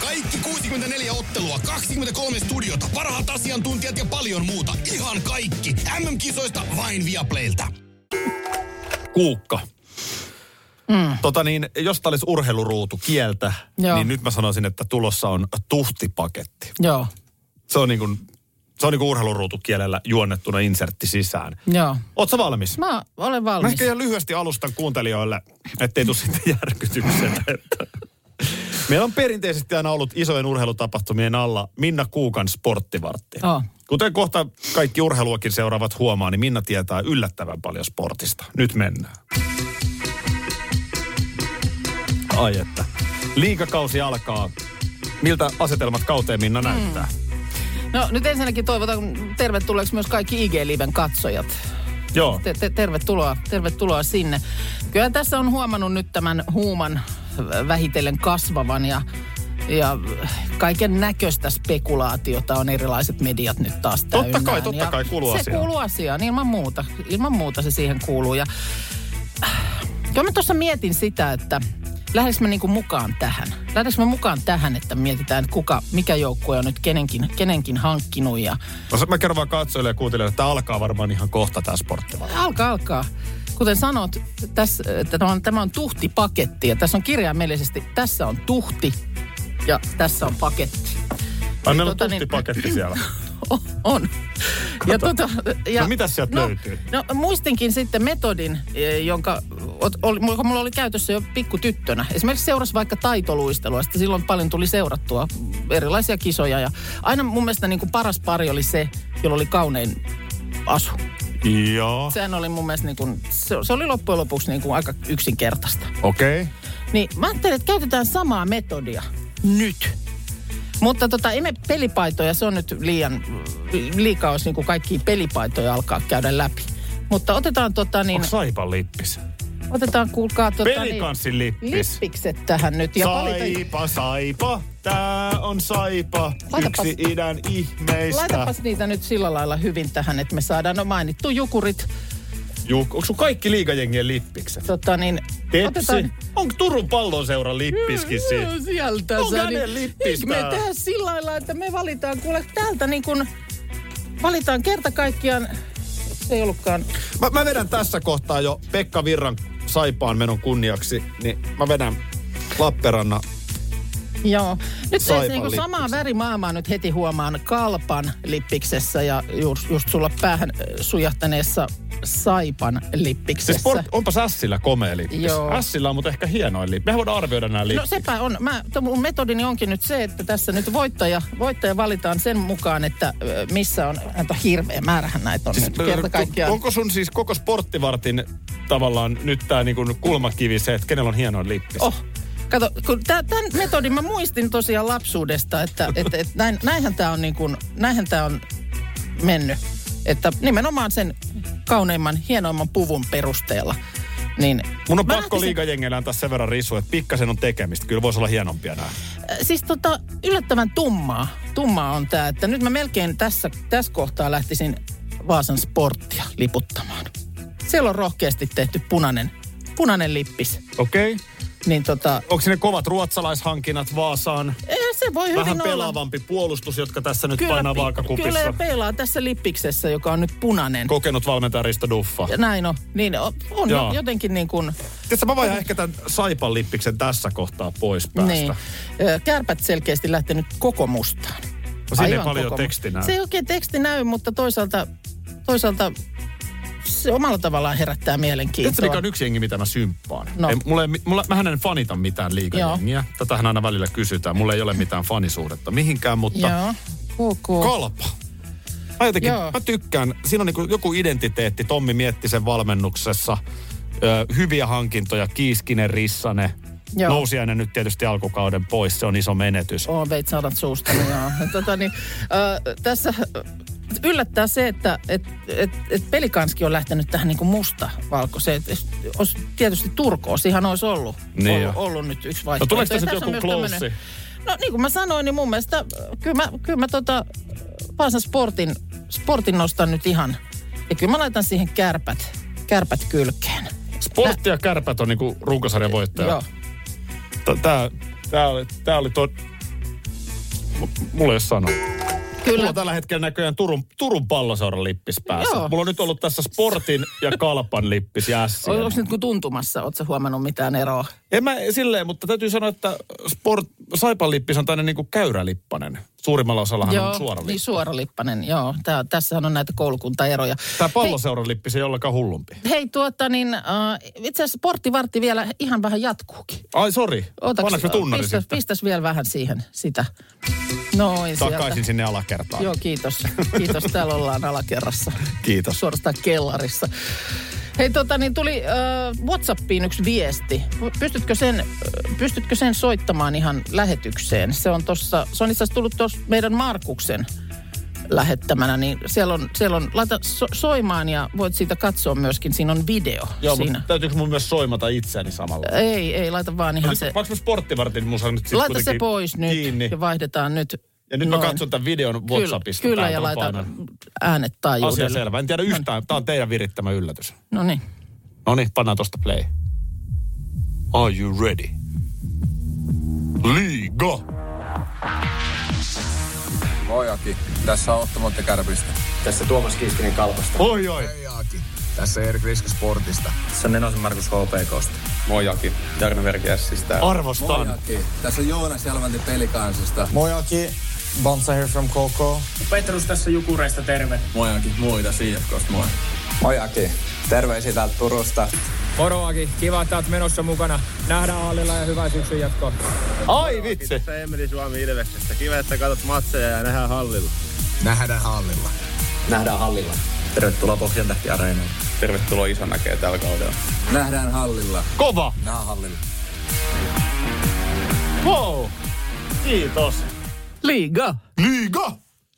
Speaker 7: Kaikki 64 ottelua, 23 studiota, parhaat asiantuntijat ja paljon muuta. Ihan kaikki. MM-kisoista vain Viaplaylta.
Speaker 2: Kuukka. Mm. Tota niin, jos tää olisi urheiluruutu kieltä, Joo.
Speaker 3: Joo.
Speaker 2: niin nyt mä sanoisin, että tulossa on tuhtipaketti.
Speaker 3: Joo,
Speaker 2: Se on niin kuin, se on niin kuin urheiluruutu kielellä juonnettuna insertti sisään.
Speaker 3: joo.
Speaker 2: Ootko valmis?
Speaker 3: Mä olen
Speaker 2: Mä
Speaker 3: valmis.
Speaker 2: ehkä ihan lyhyesti alustan kuuntelijoille, ettei tule sitten järkytykselle. että- Meillä on perinteisesti aina ollut isojen urheilutapahtumien alla Minna Kuukan sporttivartti.
Speaker 3: Joo.
Speaker 2: Kuten kohta kaikki urheiluakin seuraavat huomaa, niin Minna tietää yllättävän paljon sportista. Nyt mennään. Ai että. Liigakausi alkaa. Miltä asetelmat kauteen Minna näyttää?
Speaker 3: No nyt ensinnäkin toivotan tervetulleeksi myös kaikki IG-liven katsojat.
Speaker 2: Joo.
Speaker 3: Te- te- tervetuloa, tervetuloa sinne. Kyllä tässä on huomannut nyt tämän huuman vähitellen kasvavan ja, ja kaiken näköistä spekulaatiota on erilaiset mediat nyt taas
Speaker 2: Totta
Speaker 3: täynnään.
Speaker 2: kai, totta
Speaker 3: Ja
Speaker 2: kai, kuuluu
Speaker 3: se
Speaker 2: asiaan.
Speaker 3: kuuluu asiaan, ilman muuta. Ilman muuta se siihen kuuluu. Ja, kyllä mä tuossa mietin sitä, että lähdekö mä niinku mukaan tähän? Lähdekö mä mukaan tähän, että mietitään, kuka, mikä joukkue on nyt kenenkin, kenenkin hankkinut ja
Speaker 2: No se mä kerron vaan katsojille ja kuuntelijoille, että tämä alkaa varmaan ihan kohta tämä sportti.
Speaker 3: Alkaa, alkaa. Kuten sanot, tässä, että tämä, on, tämä on tuhtipaketti ja tässä on kirjaimellisesti, tässä on tuhti ja tässä on paketti.
Speaker 2: Ai meillä on
Speaker 3: Tota niin-
Speaker 2: tuhtipaketti
Speaker 3: *laughs*
Speaker 2: siellä.
Speaker 3: O- On. Ja
Speaker 2: Kato.
Speaker 3: tota, ja,
Speaker 2: No mitäs sieltä löytyy?
Speaker 3: No muistinkin sitten metodin, eh, jonka, ot- oli, joka mulla oli käytössä jo pikkutyttönä. Esimerkiksi seurasi vaikka taitoluistelua. Sitten silloin paljon tuli seurattua erilaisia kisoja. Ja aina mun mielestä niin kuin paras pari oli se, jolla oli kaunein asu.
Speaker 2: Joo.
Speaker 3: Sehän oli mun mielestä niin kuin, se, se oli loppujen lopuksi niin kuin aika yksinkertaista.
Speaker 2: Okei. Okay.
Speaker 3: Niin mä ajattelin, että käytetään samaa metodia nyt. Mutta tota, ei me pelipaitoja, se on nyt liian, liikaa olisi niin kuin kaikki pelipaitoja alkaa käydä läpi. Mutta otetaan tota niin,
Speaker 2: Onko Saipan lippis?
Speaker 3: otetaan kuulkaa tota niin,
Speaker 2: Pelikanssin lippis.
Speaker 3: lippikset tähän nyt. Ja valita,
Speaker 2: Saipa, saipa, tää on saipa,
Speaker 3: Laitapas-
Speaker 2: yksi idän ihmeistä.
Speaker 3: laitapas niitä nyt sillä lailla hyvin tähän, että me saadaan no mainittu jukurit.
Speaker 2: Juu, onko sun kaikki liigajengien lippikset?
Speaker 3: Tota niin,
Speaker 2: Tepsi. Onko Turun pallonseuran lippiskin siinä?
Speaker 3: Joo, Sieltä
Speaker 2: Onko
Speaker 3: se,
Speaker 2: hänen lippistään?
Speaker 3: Me tehdään sillä lailla, että me valitaan kuule täältä niin kuin, valitaan kerta kaikkiaan, se ei ollutkaan,
Speaker 2: Mä, mä vedän tässä kohtaa jo Pekka Virran saipaan menon kunniaksi, niin mä vedän Lappeenrannan.
Speaker 3: joo. Nyt
Speaker 2: Saipan
Speaker 3: siis niin kuin samaa
Speaker 2: lippiksen.
Speaker 3: värimaailmaa nyt heti huomaan Kalpan lippiksessä ja just, just sulla päähän äh, sujahtaneessa Saipan lippiksessä. No
Speaker 2: Siis sport, onpas Ässillä komea lippis.
Speaker 3: Joo.
Speaker 2: Ässillä on mutta ehkä hienoin lippis. Mehän voidaan arvioida nämä
Speaker 3: No
Speaker 2: lippis.
Speaker 3: sepä on. Mä, to- mun metodini onkin nyt se, että tässä nyt voittaja, voittaja valitaan sen mukaan, että ö, missä on, näitä on hirveä määrähän näitä
Speaker 2: Siis
Speaker 3: on nyt kerta kaikkiaan.
Speaker 2: äh, Onko sun siis koko sporttivartin tavallaan nyt tää niin kulmakivi se, että kenellä on hienoin lippis?
Speaker 3: Oh. Kato, kun tämän metodin mä muistin tosiaan lapsuudesta, että et, et näin, näinhän tämä on, niin kun, näinhän tää on mennyt. Että nimenomaan sen kauneimman, hienoimman puvun perusteella. Niin,
Speaker 2: Mun on
Speaker 3: Mä
Speaker 2: pakko
Speaker 3: lähtisin-
Speaker 2: liigajengeillä antaa sen verran risu, että pikkasen on tekemistä. Kyllä voisi olla hienompia nämä.
Speaker 3: Äh, Siis tota, yllättävän tummaa. Tummaa on tämä, että nyt mä melkein tässä, tässä kohtaa lähtisin Vaasan sporttia liputtamaan. Siellä on rohkeasti tehty punainen, punainen lippis.
Speaker 2: Okei. Okay.
Speaker 3: Niin tota,
Speaker 2: Onko ne kovat ruotsalaishankinnat Vaasaan?
Speaker 3: eihän se voi
Speaker 2: Vähän
Speaker 3: hyvin olla.
Speaker 2: pelaavampi puolustus, jotka tässä nyt painaa
Speaker 3: pi-
Speaker 2: vaakakupissa.
Speaker 3: Kyllä peilaa tässä lippiksessä, joka on nyt punainen. Ko-
Speaker 2: Kokenut valmentaja Risto Duffa.
Speaker 3: näin on. Niin on, on jo,
Speaker 2: Joo.
Speaker 3: jotenkin niin kuin...
Speaker 2: Tässä mä vaihan ehkä tämän saipan lippiksen tässä kohtaa pois päästä.
Speaker 3: Niin. Ö, Kärpät selkeästi lähtenyt koko mustaan.
Speaker 2: No siinä ei
Speaker 3: Aivan
Speaker 2: paljon
Speaker 3: koko
Speaker 2: teksti
Speaker 3: mu-
Speaker 2: näy.
Speaker 3: Se ei oikein teksti näy, mutta toisaalta, toisaalta se omalla tavallaan herättää
Speaker 2: Tiedätkö, mikä
Speaker 3: mielenkiintoa.
Speaker 2: on yksi jengi, mitä mä symppaan?
Speaker 3: No.
Speaker 2: Ei, mulla ei, mi- mulla, mähän en fanita mitään liikajengiä. Tätähän aina välillä kysytään. Mulla ei ole mitään fanisuhdetta mihinkään, mutta
Speaker 3: Joo, ok.
Speaker 2: kalpa. Mä jotenkin,
Speaker 3: Joo.
Speaker 2: mä tykkään. Siinä on niin joku identiteetti Tommi Miettisen valmennuksessa. Ö, hyviä hankintoja, Kiiskinen, Rissanen.
Speaker 3: Joo.
Speaker 2: Nousiainen nyt tietysti alkukauden pois, se on iso menetys.
Speaker 3: Oon veit sanat suusta. joo. tota, niin, ö, tässä ö, yllättää se, että et, et, et pelikanski on lähtenyt tähän niin musta valkoiseen. Et- et- Olisi tietysti Turkoos, ihan olisi ollut,
Speaker 2: Niin
Speaker 3: ollut,
Speaker 2: jo.
Speaker 3: ollut, nyt yksi
Speaker 2: No
Speaker 3: vaihtoehto.
Speaker 2: tuleeko tässä
Speaker 3: Ja
Speaker 2: nyt
Speaker 3: tässä on
Speaker 2: joku
Speaker 3: myös tämmönen-
Speaker 2: kloussi?
Speaker 3: No niin kuin mä sanoin, niin mun mielestä äh, kyllä mä, kyllä mä tota, äh, Vaasan sportin, sportin nostan nyt ihan. Ja kyllä mä laitan siihen kärpät, kärpät kylkeen.
Speaker 2: Sportti ja kärpät on niinku runkosarjan voittaja.
Speaker 3: Joo.
Speaker 2: T- Tää, tää oli, tää oli to... M- Mulla ei ole sanoa. Mulla
Speaker 3: Kyllä.
Speaker 2: on tällä hetkellä näköjään Turun, Turun palloseuran lippis päässä.
Speaker 3: Joo.
Speaker 2: Mulla on nyt ollut tässä Sportin ja Kalpan lippis ja Sien.
Speaker 3: Onko nyt kuin tuntumassa? Oletko huomannut mitään eroa?
Speaker 2: En mä silleen, mutta täytyy sanoa, että sport, Saipan lippis on tämmöinen niinku käyrälippanen. Suurimmalla osallahan on suora
Speaker 3: niin
Speaker 2: lippis.
Speaker 3: suoralippanen, joo. Tää, tässähän on näitä koulukuntaeroja.
Speaker 2: Tämä palloseuran lippis ei ollenkaan hullumpi.
Speaker 3: Hei, hei tuota niin, äh, itse asiassa sporttivartti vielä ihan vähän jatkuukin.
Speaker 2: Ai sori,
Speaker 3: Ootaks-
Speaker 2: pannaks me tunnari
Speaker 3: pistäs,
Speaker 2: sitten
Speaker 3: pistäs vielä vähän siihen sitä. Noin sieltä.
Speaker 2: takaisin sinne alakertaan.
Speaker 3: Joo, kiitos. Kiitos. Täällä ollaan alakerrassa.
Speaker 2: Kiitos.
Speaker 3: Suorastaan kellarissa. Hei, tota, niin tuli äh, Whatsappiin yksi viesti. Pystytkö sen, äh, pystytkö sen soittamaan ihan lähetykseen? Se on, tossa, se on itse asiassa tullut tuossa meidän Markuksen lähettämänä, niin siellä on, siellä on laita so, soimaan ja voit siitä katsoa myöskin. Siinä on video
Speaker 2: Joo,
Speaker 3: siinä.
Speaker 2: mutta täytyykö mun myös soimata itseäni samalla?
Speaker 3: Ei, ei, laita vaan ihan se.
Speaker 2: Nyt, Onko mä sporttivartin musa nyt sit
Speaker 3: Laita se
Speaker 2: kuitenkin
Speaker 3: pois nyt
Speaker 2: kiinni?
Speaker 3: ja vaihdetaan nyt.
Speaker 2: Ja nyt
Speaker 3: Noin.
Speaker 2: mä katson tämän videon Whatsappista.
Speaker 3: Kyllä, kyllä
Speaker 2: Täältä
Speaker 3: ja
Speaker 2: mä
Speaker 3: laita
Speaker 2: painan.
Speaker 3: äänet taajuudelle.
Speaker 2: Asia selvä. En tiedä yhtään. Tämä on teidän virittämä yllätys.
Speaker 3: No niin.
Speaker 2: No niin, pannaan tosta play. Are you ready?
Speaker 8: Aki. Tässä on Ottomonte Kärpistä.
Speaker 9: Tässä Tuomas Kiiskinen Kalpasta.
Speaker 2: Oi, oi.
Speaker 8: Hei Aki. Tässä Erik Riska Sportista.
Speaker 9: Tässä on Nenosen Markus HPKsta.
Speaker 10: Moi Aki, Jarno Verki Sistä.
Speaker 8: Moi
Speaker 2: Arvostan.
Speaker 8: Aki. Tässä on Joonas Jalvanti pelikansasta.
Speaker 9: Moi Aki. Bonsa here from Coco.
Speaker 11: Petrus tässä Jukureista terve.
Speaker 8: Moi Aki. Moi tässä IFKsta. Moi.
Speaker 9: Moi Aki. Terveisiä täältä Turusta.
Speaker 11: Moro Aki, kiva, että oot menossa mukana. Nähdään hallilla ja hyvää syksyn jatkoa.
Speaker 2: Ai vitsi.
Speaker 10: Emeli Suomi Ilveksestä. Kiva, että katsot matseja ja nähdään hallilla.
Speaker 8: Nähdään hallilla.
Speaker 9: Nähdään hallilla. Tervetuloa Pohjan tähti Areenaan.
Speaker 10: Tervetuloa Isomäkeen tällä kaudella.
Speaker 8: Nähdään hallilla.
Speaker 2: Kova.
Speaker 8: Nää on hallilla.
Speaker 2: Wow. Kiitos.
Speaker 3: Liiga.
Speaker 2: Liiga!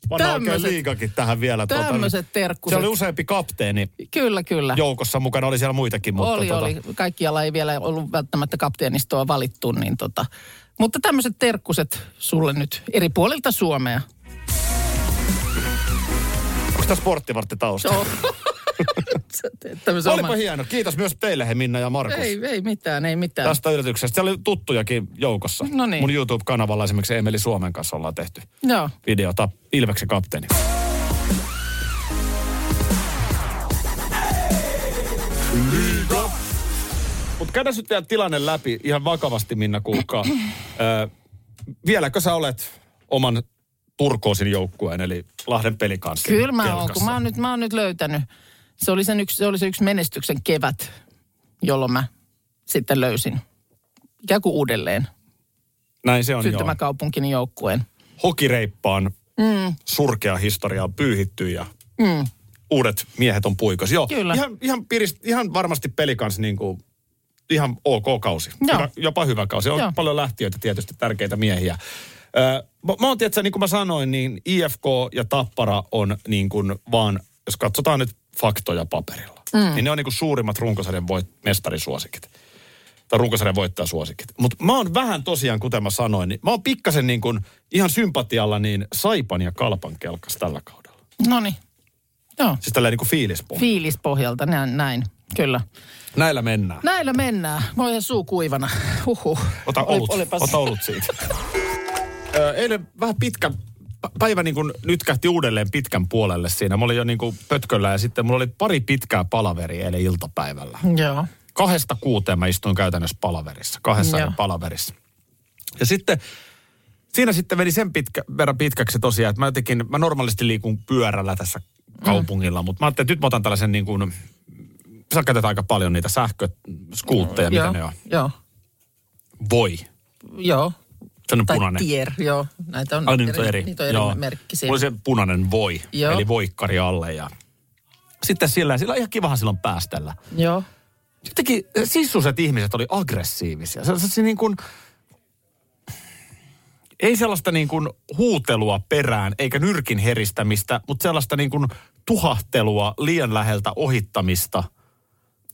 Speaker 2: Pannaan oikein
Speaker 3: Tämmöset-
Speaker 2: liigakin tähän vielä. tuota
Speaker 3: Tämmöiset
Speaker 2: nyt. Se
Speaker 3: terkkuset.
Speaker 2: oli useampi kapteeni
Speaker 3: Kyllä, kyllä.
Speaker 2: joukossa mukana, oli siellä muitakin. Mutta
Speaker 3: oli,
Speaker 2: tota,
Speaker 3: oli. Kaikkialla ei vielä ollut välttämättä kapteenistoa valittu, niin tota. Mutta tämmöiset terkkuset sulle nyt eri puolilta Suomea.
Speaker 2: Onko tämä sporttivartti tausta? *laughs*
Speaker 3: Joo. Sä teet tämmöisen
Speaker 2: Olipa
Speaker 3: oman-
Speaker 2: hieno. Kiitos myös teille, he Minna ja Markus.
Speaker 3: Ei, ei mitään, ei mitään.
Speaker 2: Tästä yllätyksestä. Siellä oli tuttujakin joukossa.
Speaker 3: No niin.
Speaker 2: Mun YouTube-kanavalla esimerkiksi Emeli Suomen kanssa ollaan tehty
Speaker 3: Joo.
Speaker 2: videota. Ilveksen kapteeni. Mutta käydään nyt vielä tilanne läpi ihan vakavasti, Minna Kuukka. Ö, vieläkö sä olet oman Turkoosin joukkueen, eli Lahden pelikanssin
Speaker 3: Kyllä mä oon,
Speaker 2: kelkassa?
Speaker 3: kun mä oon, nyt, mä oon nyt löytänyt. Se oli, sen yksi, se oli se yksi menestyksen kevät, jolloin mä sitten löysin ikään kuin uudelleen
Speaker 2: No Näin se on, joo.
Speaker 3: syntymäkaupunkini joukkueen.
Speaker 2: hokireippaan mm. surkea historia on pyyhitty ja mm. uudet miehet on puikos. Joo,
Speaker 3: Kyllä.
Speaker 2: Ihan, ihan, pirist, ihan varmasti pelikans niin kuin, ihan ok kausi.
Speaker 3: Joo.
Speaker 2: Hyvä, jopa hyvä kausi. On
Speaker 3: Joo.
Speaker 2: paljon lähtiöitä tietysti, tärkeitä miehiä. Öö, mä, mä oon tietysti, niin kuin mä sanoin, niin IFK ja Tappara on niin kuin vaan, jos katsotaan nyt faktoja paperilla, mm. niin ne on niin kuin suurimmat runkosarjan voit, mestarisuosikit tai runkosarjan voittaa suosikit. Mutta mä oon vähän tosiaan, kuten mä sanoin, niin mä oon pikkasen niin kuin ihan sympatialla niin Saipan ja Kalpan kelkas tällä kaudella.
Speaker 3: No niin, joo.
Speaker 2: Siis tällä niin kuin fiilispohja. Fi-
Speaker 3: Fiilispohjalta, näin, näin, kyllä.
Speaker 2: Näillä mennään.
Speaker 3: Näillä mennään. Mä oon suu kuivana. Huhhuh.
Speaker 2: Ota
Speaker 3: Oli-
Speaker 2: olut,
Speaker 3: olipas-
Speaker 2: Ota olut siitä. *laughs* Ö, eilen vähän pitkä pä- päivä niin kuin nytkähti uudelleen pitkän puolelle siinä. Mä olin jo niin kuin pötköllä ja sitten mulla oli pari pitkää palaveria eilen iltapäivällä.
Speaker 3: Joo.
Speaker 2: kahdesta kuuteen mä istuin käytännössä palaverissa, kahdessa
Speaker 3: Joo.
Speaker 2: eri palaverissa. Ja sitten siinä sitten meni sen pitkä, verran pitkäksi tosiaan, että mä jotenkin, mä normaalisti liikun pyörällä tässä
Speaker 3: Mm.
Speaker 2: kaupungilla, mutta mä ajattelin, että nyt mä otan tällaisen niin kuin, sä käytät aika paljon niitä sähköskuutteja, mitä
Speaker 3: joo.
Speaker 2: ne on.
Speaker 3: Joo.
Speaker 2: Voi,
Speaker 3: Joo.
Speaker 2: sellainen
Speaker 3: Tai
Speaker 2: punainen.
Speaker 3: tier, joo. Näitä on,
Speaker 2: Ai niin, nyt on
Speaker 3: eri,
Speaker 2: eri.
Speaker 3: Mm. Niitä on eri
Speaker 2: Joo.
Speaker 3: merkkisiä.
Speaker 2: Mulla oli se punainen voi,
Speaker 3: Joo.
Speaker 2: eli voikkari alle ja sitten sillä, sillä on ihan kivahan silloin päästellä.
Speaker 3: Joo.
Speaker 2: jotenkin eh, sissuset ihmiset oli aggressiivisia. Se, se, se niin kuin, ei sellaista niin kuin huutelua perään, eikä nyrkin heristämistä, mutta sellaista niin kuin tuhahtelua, liian läheltä ohittamista.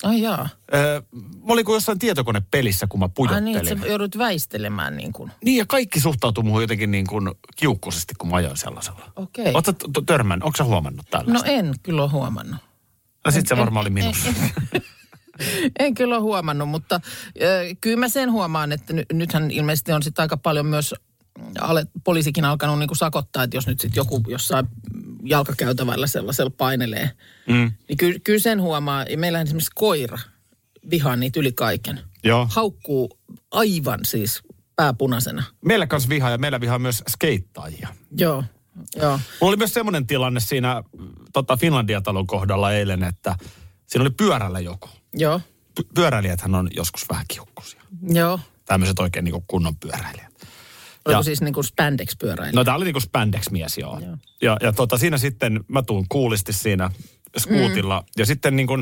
Speaker 3: Ai jaa.
Speaker 2: Öö, mä olin kuin jossain tietokonepelissä, kun mä
Speaker 3: Ai
Speaker 2: pujottelin.
Speaker 3: niin, että sä joudut väistelemään niin kuin.
Speaker 2: Niin, ja kaikki suhtautuu muuhun jotenkin niin kuin kiukkuisesti, kun mä ajoin sellaisella.
Speaker 3: Okei.
Speaker 2: Oletko t- törmännyt? Onko sä huomannut tällaista?
Speaker 3: No en kyllä ole huomannut.
Speaker 2: no sit se varmaan oli minussa.
Speaker 3: En kyllä ole huomannut, mutta ö, kyllä mä sen huomaan, että ny, nythän ilmeisesti on sitten aika paljon myös mm, ale, poliisikin alkanut niinku sakottaa, että jos nyt sitten joku jossain jalkakäytävällä sellaisella painelee, mm. niin ky, kyllä sen huomaa. Ja meillähän esimerkiksi koira vihaa niitä yli kaiken.
Speaker 2: Joo.
Speaker 3: Haukkuu aivan siis pääpunaisena.
Speaker 2: Meillä kanssa vihaa ja meillä vihaa myös skeittaajia.
Speaker 3: Joo, joo.
Speaker 2: Mulla oli myös semmoinen tilanne siinä mm, tota Finlandia-talon kohdalla eilen, että siinä oli pyörällä joku.
Speaker 3: Joo,
Speaker 2: Py- pyöräilijäthän on joskus vähän kiukkuisia.
Speaker 3: joo.
Speaker 2: Tämmöiset oikein niinku kunnon pyöräilijät. Ja-
Speaker 3: Oliko ja. siis niinku spandex-pyöräilijä?
Speaker 2: No tää oli niinku spandex-mies joo. Ja, ja tota, siinä sitten mä tuun kuulisti siinä skuutilla. Mm. Ja sitten niinku,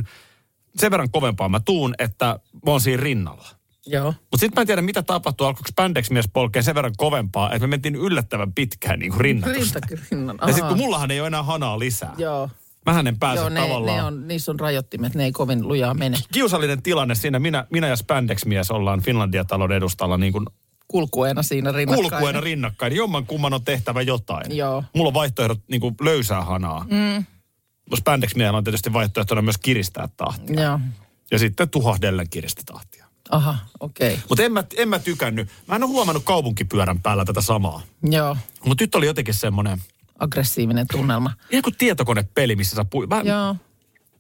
Speaker 2: sen verran kovempaa mä tuun, että mä oon siinä rinnalla.
Speaker 3: Joo.
Speaker 2: Mutta sitten mä en tiedä, mitä tapahtuu. Alkoiko spandex-mies polkea sen verran kovempaa, että me mentiin yllättävän pitkään niinku rinnatusta.
Speaker 3: Rintakyrinnan.
Speaker 2: Ja sitten kun mullahan ei ole enää hanaa lisää.
Speaker 3: Joo.
Speaker 2: Mähän en pääse
Speaker 3: Joo, ne,
Speaker 2: tavallaan.
Speaker 3: ne on, niissä on rajoittimet, ne ei kovin lujaa mene.
Speaker 2: kiusallinen tilanne siinä. Minä, minä ja Spandex-mies ollaan Finlandia-talon edustalla niin kuin
Speaker 3: Kulkueena siinä rinnakkain.
Speaker 2: kulkueena rinnakkain. Jomman kumman on tehtävä jotain.
Speaker 3: Joo.
Speaker 2: Mulla on vaihtoehdot niin kuin löysää hanaa. Mm. Spandex-miehellä on tietysti vaihtoehtona myös kiristää tahtia.
Speaker 3: Joo.
Speaker 2: Ja sitten tuhahdellen kiristi tahtia.
Speaker 3: Aha, okei. Okay.
Speaker 2: Mutta en mä, en mä tykännyt. Mä en ole huomannut kaupunkipyörän päällä tätä samaa.
Speaker 3: Joo.
Speaker 2: Mutta nyt oli jotenkin semmoinen,
Speaker 3: aggressiivinen tunnelma.
Speaker 2: Ihan kuin tietokonepeli, missä sä pui... Mä,
Speaker 3: Joo,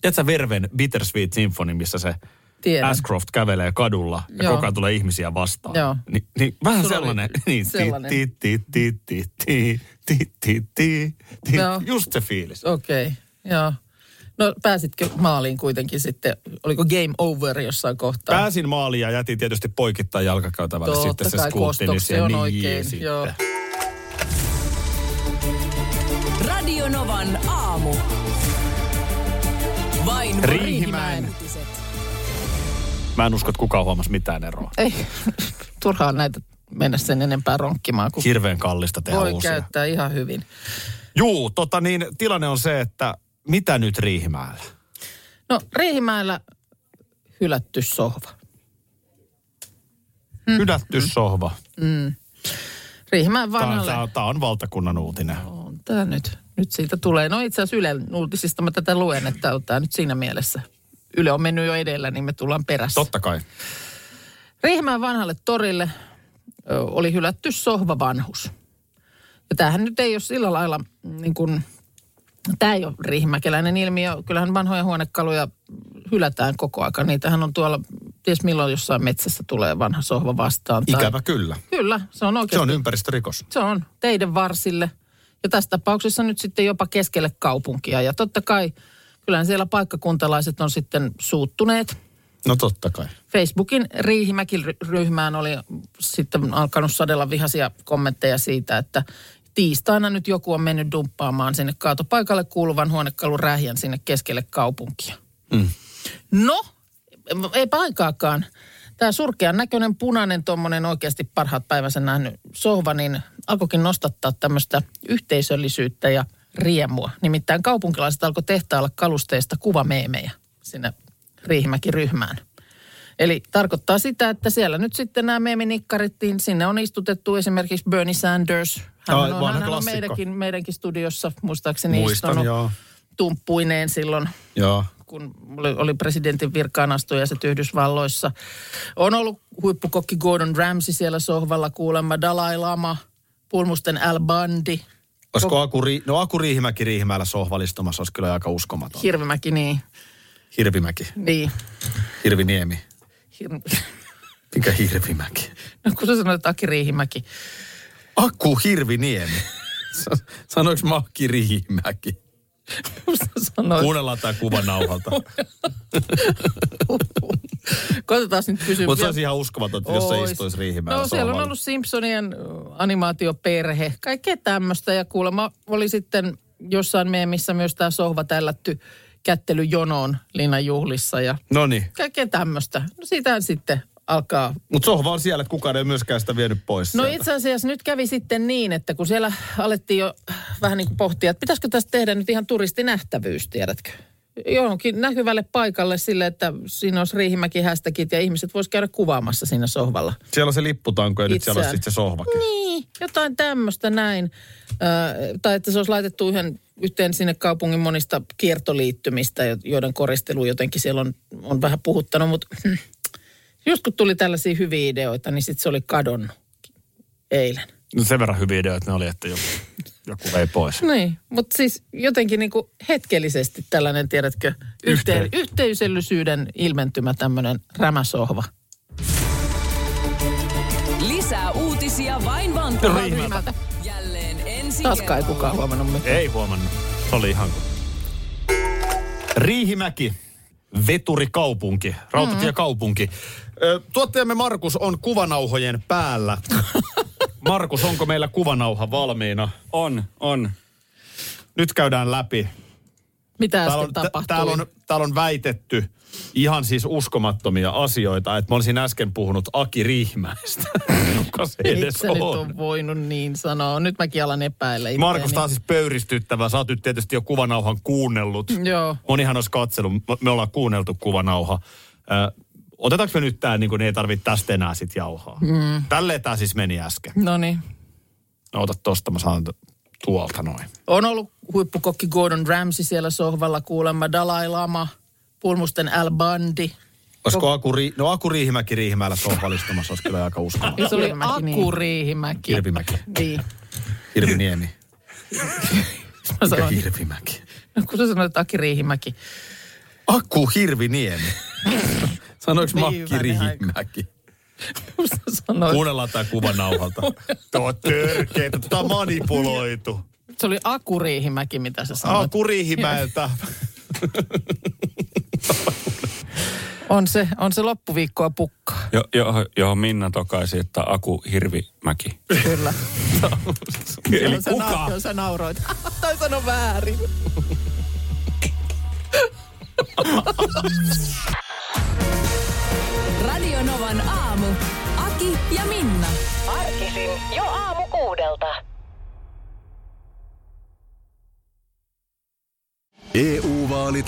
Speaker 2: Tiedätkö sä Verven Bittersweet Symphony, missä se
Speaker 3: tiedän.
Speaker 2: Ashcroft kävelee kadulla ja
Speaker 3: Joo.
Speaker 2: koko ajan tulee ihmisiä vastaan.
Speaker 3: Joo.
Speaker 2: Ni, niin vähän
Speaker 3: Sulla oli
Speaker 2: sellainen. *laughs* Niin,
Speaker 3: sellainen.
Speaker 2: Ti, ti, ti, ti, ti, ti, ti, ti, ti.
Speaker 3: Joo.
Speaker 2: Just se fiilis.
Speaker 3: Okei, okay, joo. No pääsitkö maaliin kuitenkin sitten? Oliko game over jossain kohtaa?
Speaker 2: Pääsin maaliin ja jätin tietysti poikittain jalkakäytävälle
Speaker 3: Totta
Speaker 2: sitten se
Speaker 3: kai,
Speaker 2: skuutti.
Speaker 3: kostoksi
Speaker 2: siellä.
Speaker 3: on
Speaker 2: niin,
Speaker 3: oikein,
Speaker 2: sitten.
Speaker 3: joo.
Speaker 1: Radio Novan aamu. Vain
Speaker 2: Riihimäen.
Speaker 1: Riihimäen.
Speaker 2: Mä en usko, että kukaan huomasi mitään eroa.
Speaker 3: Ei, *laughs* turhaan näitä mennä sen enempää ronkkimaan, kun
Speaker 2: Hirveän kallista tehdä
Speaker 3: voi
Speaker 2: uusia.
Speaker 3: käyttää ihan hyvin.
Speaker 2: Juu, tota niin, tilanne on se, että mitä nyt Riihimäellä?
Speaker 3: No Riihimäellä hylätty sohva. Hmm.
Speaker 2: Mm. Hylätty sohva.
Speaker 3: Riihimäen
Speaker 2: Tämä,
Speaker 3: vanhalle.
Speaker 2: tämä, tämä on valtakunnan uutinen.
Speaker 3: On tämä nyt. Nyt siitä tulee. No itse asiassa Ylen uutisista mä tätä luen, että on tämä nyt siinä mielessä. Yle on mennyt jo edellä, niin me tullaan perässä.
Speaker 2: Totta kai.
Speaker 3: Riihimäen vanhalle torille ö, oli hylätty sohvavanhus. Ja tämähän nyt ei ole sillä lailla, niin kuin, tämä ei ole riihimäkeläinen ilmiö. Kyllähän vanhoja huonekaluja hylätään koko aika. Niitähän on tuolla, ties milloin jossain metsässä tulee vanha sohva vastaan. tai-
Speaker 2: Ikävä kyllä.
Speaker 3: Kyllä, se on oikeasti.
Speaker 2: Se on ympäristörikos.
Speaker 3: Se on teidän varsille. Ja tässä tapauksessa nyt sitten jopa keskelle kaupunkia. Ja totta kai, kyllähän siellä paikkakuntalaiset on sitten suuttuneet.
Speaker 2: No totta kai.
Speaker 3: Facebookin Riihimäki-ryhmään oli sitten alkanut sadella vihaisia kommentteja siitä, että tiistaina nyt joku on mennyt dumppaamaan sinne kaatopaikalle kuuluvan huonekalun rähjän sinne keskelle kaupunkia. Mm. No, ei aikaakaan. Tämä surkean näköinen punainen tuommoinen oikeasti parhaat päivänsä nähnyt sohva, niin alkoikin nostattaa tämmöistä yhteisöllisyyttä ja riemua. Nimittäin kaupunkilaiset alkoi tehtailla kalusteista kuvameemejä sinne Riihimäki-ryhmään. Eli tarkoittaa sitä, että siellä nyt sitten nämä meeminikkarit, niin sinne on istutettu esimerkiksi Bernie Sanders. Hän
Speaker 2: Ai,
Speaker 3: on,
Speaker 2: vanha
Speaker 3: hän on
Speaker 2: klassikko.
Speaker 3: meidänkin, meidänkin studiossa muistaakseni
Speaker 2: Muistan,
Speaker 3: istunut
Speaker 2: joo.
Speaker 3: tumppuineen silloin
Speaker 2: Joo.
Speaker 3: kun oli, oli presidentin virkaanastujaiset Yhdysvalloissa. On ollut huippukokki Gordon Ramsay siellä sohvalla kuulemma, Dalai Lama, pulmusten Al Bandi,
Speaker 2: Olisiko Aku, Ri- no Aku Riihimäki Riihimäellä sohvalistumassa, olisi kyllä aika uskomaton.
Speaker 3: Hirvimäki, niin,
Speaker 2: Hirvimäki,
Speaker 3: niin.
Speaker 2: Hirviniemi.
Speaker 3: Hir-
Speaker 2: Mikä Hirvimäki?
Speaker 3: *laughs* No kun sä sanoit Aki Riihimäki. *laughs*
Speaker 2: Aku Hirviniemi. *laughs* Sa- Sanoinko mä Aki Riihimäki?
Speaker 3: Kun sä sanoit,
Speaker 2: Kuunnellaan tämä kuva
Speaker 3: *laughs*
Speaker 2: nauhalta.
Speaker 3: koitetaan nyt kysyä.
Speaker 2: Mutta se
Speaker 3: vielä-
Speaker 2: olisi ihan uskomatonta, jos sä
Speaker 3: Ois.
Speaker 2: istuisi Riihimäellä
Speaker 3: No siellä on
Speaker 2: sohvalla.
Speaker 3: ollut Simpsonien ö, animaatioperhe, kaikkea tämmöistä. Ja kuulemma oli sitten jossain meemissä myös tämä sohva tällätty kättelyjonoon Linnan juhlissa ja
Speaker 2: No niin.
Speaker 3: kaikkea tämmöistä. No sitähän sitten alkaa.
Speaker 2: Mutta sohva on siellä, että kukaan ei myöskään sitä vienyt pois
Speaker 3: No
Speaker 2: sieltä.
Speaker 3: itse asiassa nyt kävi sitten niin, että kun siellä alettiin jo vähän niin kuin pohtia, että pitäisikö tästä tehdä nyt ihan turistinähtävyys, tiedätkö? Johonkin näkyvälle paikalle sille, että siinä olisi Riihimäki hästäkit ja ihmiset vois käydä kuvaamassa siinä sohvalla.
Speaker 2: Siellä on se lipputanko ja nyt siellä on
Speaker 3: Itseään.
Speaker 2: sitten se sohvakin.
Speaker 3: Niin, jotain tämmöistä näin. Ö, tai että se olisi laitettu yhden, yhteen sinne kaupungin monista kiertoliittymistä, jo- joiden koristelu jotenkin siellä on, on vähän puhuttanut. Mutta *clears throat* just kun tuli tällaisia hyviä ideoita, niin sitten se oli kadonnut eilen.
Speaker 2: No sen verran hyviä ideoita ne oli, että joku, joku vei pois.
Speaker 3: Niin, mutta siis jotenkin niinku hetkellisesti tällainen, tiedätkö, yhteen,
Speaker 2: Yhteen.
Speaker 3: yhteisöllisyyden ilmentymä tämmöinen rämäsohva.
Speaker 1: Lisää uutisia vain Vantaalla.
Speaker 3: Riihimäeltä.
Speaker 1: Jälleen ensi
Speaker 3: Taaskaan ei
Speaker 1: kerralla.
Speaker 3: kukaan huomannut mitään.
Speaker 2: Ei huomannut. Se oli ihan kuin. Riihimäki, veturikaupunki, rautatiekaupunki. Ö, Tuottajamme Markus on kuvanauhojen päällä.
Speaker 9: *laughs*
Speaker 2: Markus, onko meillä kuvanauha valmiina?
Speaker 9: On, on.
Speaker 2: Nyt käydään läpi.
Speaker 3: Mitä
Speaker 2: Täällä
Speaker 3: äsken
Speaker 2: on, tä-
Speaker 3: tapahtui?
Speaker 2: täällä, on, täällä on väitetty ihan siis uskomattomia asioita, että mä olisin äsken puhunut Aki Riihimäestä, *laughs* joka se
Speaker 3: Eikö
Speaker 2: edes
Speaker 3: sä nyt
Speaker 2: on.
Speaker 3: on voinut niin sanoa? Nyt mäkin alan epäillä itseäni.
Speaker 2: Markus, tämä on siis pöyristyttävää. Sä oot nyt tietysti jo kuvanauhan kuunnellut.
Speaker 3: Joo.
Speaker 2: Monihan olisi katsellut. Me- Me ollaan kuunneltu kuvanauha. Ö, otetaanko me nyt tämä, niin kuin ei tarvitse tästä enää sit jauhaa? Mm. Tälleen tämä siis meni äsken.
Speaker 3: No niin.
Speaker 2: No, ota tosta, mä saan t- tuolta noin.
Speaker 3: On ollut huippukokki Gordon Ramsay siellä sohvalla kuulemma, Dalai Lama, pulmusten Al Bandi.
Speaker 2: Olisiko Aku, Ri- no Aku Riihimäki Riihimäellä sohvalistumassa, olisi kyllä aika uskomaton.
Speaker 3: Ja Niin se oli
Speaker 1: Hirvimäki, niin.
Speaker 3: Aku Riihimäki.
Speaker 2: Hirvimäki,
Speaker 3: Niin.
Speaker 2: Hirviniemi.
Speaker 3: Mä
Speaker 2: Mikä
Speaker 3: sanoin,
Speaker 2: hirvimäki?
Speaker 3: no kun sä sanoit, että Aki Riihimäki.
Speaker 2: Aku Hirviniemi.
Speaker 3: *laughs*
Speaker 2: Sanoiko
Speaker 3: Niin,
Speaker 2: Makki
Speaker 3: hyvänen
Speaker 2: Riihimäki?
Speaker 3: Kun sä sanoit,
Speaker 2: Kuunnellaan tämä kuva nauhalta. Tämä on törkeetä, tämä on manipuloitu.
Speaker 3: se oli Aku Riihimäki, mitä sä sanoit.
Speaker 2: Aku Riihimäeltä.
Speaker 3: On se, on se loppuviikkoa pukkaa,
Speaker 12: Jo, jo, johon Minna tokaisi, että Aku Hirvimäki. *laughs*
Speaker 3: kyllä.
Speaker 12: Eli
Speaker 3: Joo, sä
Speaker 12: kuka?
Speaker 3: Na- joo, sä nauroit. *laughs* tai sano väärin.
Speaker 1: Radio Novan aamu. Aki ja Minna.
Speaker 13: Arkisin jo aamu kuudelta.
Speaker 4: EU-vaalit